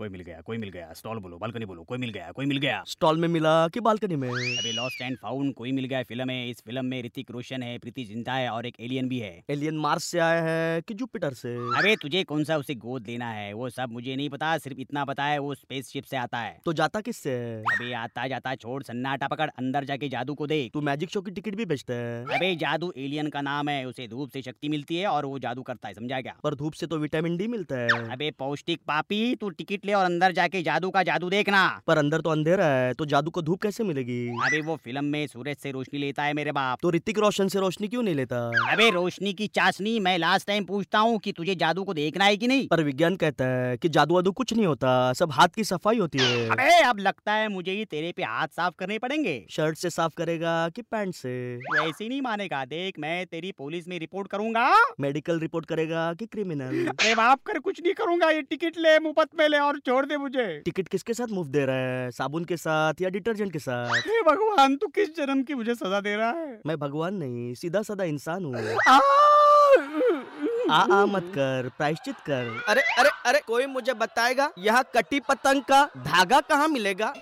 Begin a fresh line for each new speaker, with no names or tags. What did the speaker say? कोई मिल गया कोई मिल गया स्टॉल बोलो बालकनी बोलो कोई मिल गया कोई मिल गया
स्टॉल में मिला कि बालकनी में
अभी lost and found Koi mill Gaya film है इस फिल्म में ऋतिक रोशन है प्रीति जिंटा है और एक एलियन भी है
एलियन मार्स से आया है कि जुपिटर से
अबे तुझे कौन सा उसे गोद लेना है वो सब मुझे नहीं पता सिर्फ इतना पता है वो स्पेसशिप से आता है
तो जाता किससे है?
अबे आता जाता छोड़ सन्नाटा पकड़ अंदर जाके जादू को देख
तू तो मैजिक शो की टिकट भी बेचता है
अबे जादू एलियन का नाम है उसे धूप से शक्ति मिलती है और वो जादू करता है समझा क्या
पर धूप से तो विटामिन डी मिलता है
अबे पौष्टिक पापी तू टिकट ले और अंदर जाके जादू का जादू देखना
पर अंदर तो अंधेरा है तो जादू को धूप कैसे मिलेगी
अबे वो फिल्म में सूरज से रोशनी लेता है मेरे बाप
तो ऋतिक रोशन से रोशनी क्यों नहीं लेता
अबे रोशनी की चाशनी मैं लास्ट टाइम पूछता हूँ कि तुझे जादू को देखना है कि नहीं
पर विज्ञान कहता है कि जादू वादू कुछ नहीं होता सब हाथ की सफाई होती है
अबे अब लगता है मुझे ही तेरे पे हाथ साफ करने पड़ेंगे
शर्ट से साफ करेगा कि पैंट से
तू ऐसे नहीं मानेगा देख मैं तेरी पुलिस में रिपोर्ट करूंगा
मेडिकल रिपोर्ट करेगा कि क्रिमिनल
अरे बाप कर कुछ नहीं करूंगा ये टिकट ले मुफ्त में ले और छोड़ दे मुझे
टिकट किसके साथ मुफ्त दे रहा है साबुन के साथ या डिटर्जेंट के साथ
हे भगवान तू किस जन्म की मुझे सजा दे रहा है
मैं भगवान नहीं सीधा साधा इंसान हूँ
आ!
आ आ मत कर प्रायश्चित कर
अरे अरे अरे कोई मुझे बताएगा यह कटी पतंग का धागा कहाँ मिलेगा